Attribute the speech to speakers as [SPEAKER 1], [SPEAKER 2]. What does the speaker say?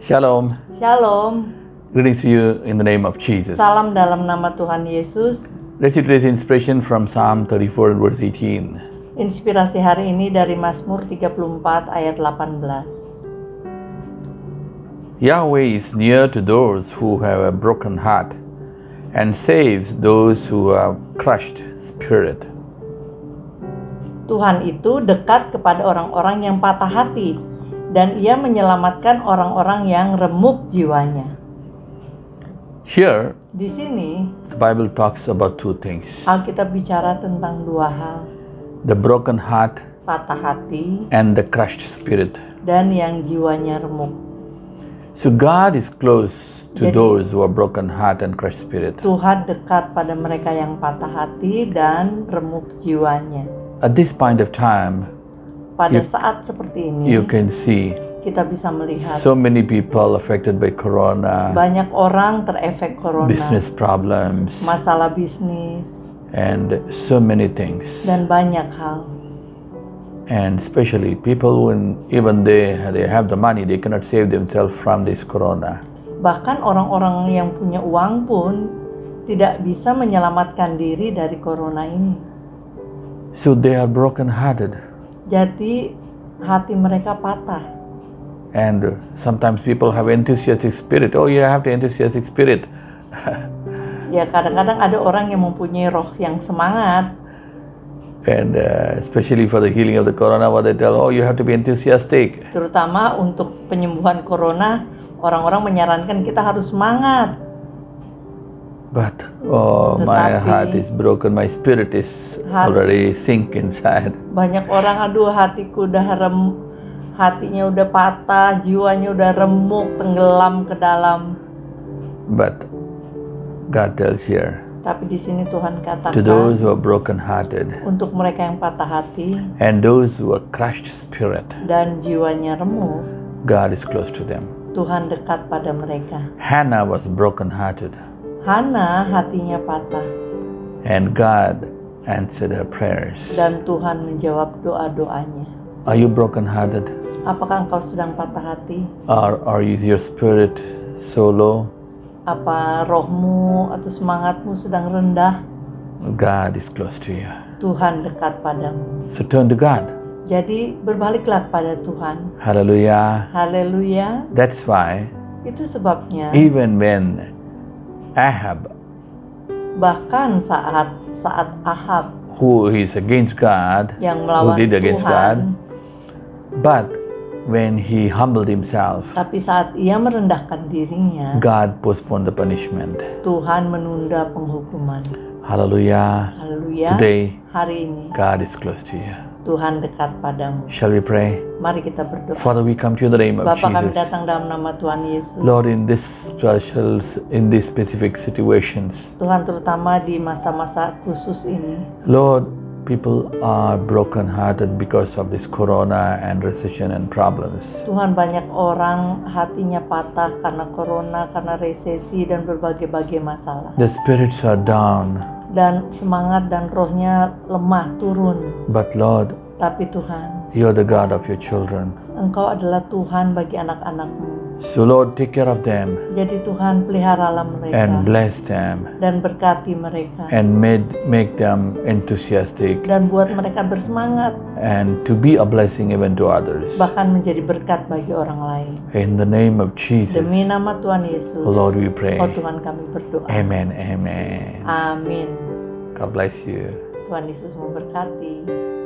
[SPEAKER 1] Shalom.
[SPEAKER 2] Shalom.
[SPEAKER 1] Greetings to you in the name of Jesus.
[SPEAKER 2] Salam dalam nama Tuhan Yesus.
[SPEAKER 1] Let's read today's inspiration from Psalm 34 and verse 18.
[SPEAKER 2] Inspirasi hari ini dari Mazmur 34 ayat 18.
[SPEAKER 1] Yahweh is near to those who have a broken heart and saves those who are crushed spirit.
[SPEAKER 2] Tuhan itu dekat kepada orang-orang yang patah hati dan ia menyelamatkan orang-orang yang remuk jiwanya.
[SPEAKER 1] Here,
[SPEAKER 2] Di sini
[SPEAKER 1] the Bible talks about two things
[SPEAKER 2] Alkitab bicara tentang dua hal,
[SPEAKER 1] the broken heart
[SPEAKER 2] patah hati
[SPEAKER 1] and the crushed spirit.
[SPEAKER 2] dan yang jiwanya remuk.
[SPEAKER 1] So, God is close to
[SPEAKER 2] Jadi-
[SPEAKER 1] those who are broken heart and crushed spirit.
[SPEAKER 2] Tuhan dekat pada mereka yang patah hati dan remuk jiwanya.
[SPEAKER 1] At this point of time,
[SPEAKER 2] Pada saat seperti ini
[SPEAKER 1] you can see
[SPEAKER 2] kita bisa melihat
[SPEAKER 1] so many people affected by corona,
[SPEAKER 2] banyak orang terefek corona,
[SPEAKER 1] business problems,
[SPEAKER 2] masalah bisnis
[SPEAKER 1] and so many things.
[SPEAKER 2] dan banyak hal.
[SPEAKER 1] And especially people when even they they have the money, they cannot save themselves from this corona.
[SPEAKER 2] Bahkan orang-orang yang punya uang pun tidak bisa menyelamatkan diri dari corona ini.
[SPEAKER 1] So they are broken-hearted,
[SPEAKER 2] Jadi hati mereka patah.
[SPEAKER 1] and sometimes people have enthusiastic spirit. Oh, you have the enthusiastic spirit,
[SPEAKER 2] Ya kadang-kadang ada orang yang mempunyai roh yang semangat.
[SPEAKER 1] and uh, especially for the healing of the corona, what they tell, oh, you have to be enthusiastic.
[SPEAKER 2] Terutama untuk penyembuhan corona, orang-orang menyarankan kita harus semangat.
[SPEAKER 1] But oh, my
[SPEAKER 2] Tetapi-
[SPEAKER 1] heart is broken. My spirit is already sink inside.
[SPEAKER 2] Banyak orang aduh hatiku udah rem hatinya udah patah, jiwanya udah remuk, tenggelam ke dalam.
[SPEAKER 1] But God tells here,
[SPEAKER 2] Tapi di sini
[SPEAKER 1] to
[SPEAKER 2] Tuhan katakan
[SPEAKER 1] those who are broken-hearted
[SPEAKER 2] untuk mereka yang patah hati
[SPEAKER 1] and those who are crushed spirit
[SPEAKER 2] dan jiwanya remuk,
[SPEAKER 1] god is close to them
[SPEAKER 2] Tuhan dekat pada mereka.
[SPEAKER 1] hannah was broken-hearted
[SPEAKER 2] Hana hatinya patah
[SPEAKER 1] and god answered her prayers
[SPEAKER 2] dan Tuhan menjawab doa-doanya.
[SPEAKER 1] are you broken-hearted
[SPEAKER 2] Apakah engkau sedang patah hati?
[SPEAKER 1] or or is your spirit so low
[SPEAKER 2] Apa rohmu atau semangatmu sedang rendah?
[SPEAKER 1] god is close to you
[SPEAKER 2] Tuhan dekat padamu.
[SPEAKER 1] so turn to god
[SPEAKER 2] Jadi berbaliklah pada Tuhan.
[SPEAKER 1] hallelujah
[SPEAKER 2] Haleluya.
[SPEAKER 1] that's why
[SPEAKER 2] Itu sebabnya
[SPEAKER 1] even when ahab
[SPEAKER 2] bahkan saat saat Ahab
[SPEAKER 1] who is against god
[SPEAKER 2] yang
[SPEAKER 1] who
[SPEAKER 2] melawan
[SPEAKER 1] did against
[SPEAKER 2] Tuhan,
[SPEAKER 1] god but when he humbled himself
[SPEAKER 2] Tapi saat ia merendahkan dirinya,
[SPEAKER 1] God postponed the punishment.
[SPEAKER 2] Tuhan menunda penghukuman.
[SPEAKER 1] Hallelujah.
[SPEAKER 2] Haleluya.
[SPEAKER 1] Today,
[SPEAKER 2] Hari ini
[SPEAKER 1] God is close to you.
[SPEAKER 2] Tuhan dekat padamu.
[SPEAKER 1] Shall we pray?
[SPEAKER 2] Mari kita berdoa.
[SPEAKER 1] Father, we come to you in the name of
[SPEAKER 2] Bapa kami
[SPEAKER 1] Jesus.
[SPEAKER 2] datang dalam nama Tuhan Yesus.
[SPEAKER 1] Lord, in this special, in these specific situations,
[SPEAKER 2] Tuhan terutama di masa-masa khusus ini,
[SPEAKER 1] Lord, people are broken-hearted because of this corona and recession and problems.
[SPEAKER 2] Tuhan banyak orang hatinya patah karena corona, karena resesi dan berbagai-bagai masalah.
[SPEAKER 1] The spirits are down,
[SPEAKER 2] Dan semangat dan rohnya lemah turun.
[SPEAKER 1] but Lord,
[SPEAKER 2] Tapi Tuhan,
[SPEAKER 1] you're the God of your children.
[SPEAKER 2] Engkau adalah Tuhan bagi anak-anakmu.
[SPEAKER 1] So, Lord, take care of them
[SPEAKER 2] Jadi Tuhan peliharalah mereka.
[SPEAKER 1] and bless them
[SPEAKER 2] dan berkati mereka
[SPEAKER 1] and made, make them enthusiastic
[SPEAKER 2] dan buat mereka bersemangat
[SPEAKER 1] and to be a blessing even to others.
[SPEAKER 2] bahkan menjadi berkat bagi orang lain
[SPEAKER 1] In the name of Jesus,
[SPEAKER 2] demi nama Tuhan Yesus
[SPEAKER 1] Lord, we pray.
[SPEAKER 2] oh Tuhan kami berdoa
[SPEAKER 1] Amen. Amen.
[SPEAKER 2] amin
[SPEAKER 1] God bless you.
[SPEAKER 2] Tuhan Yesus memberkati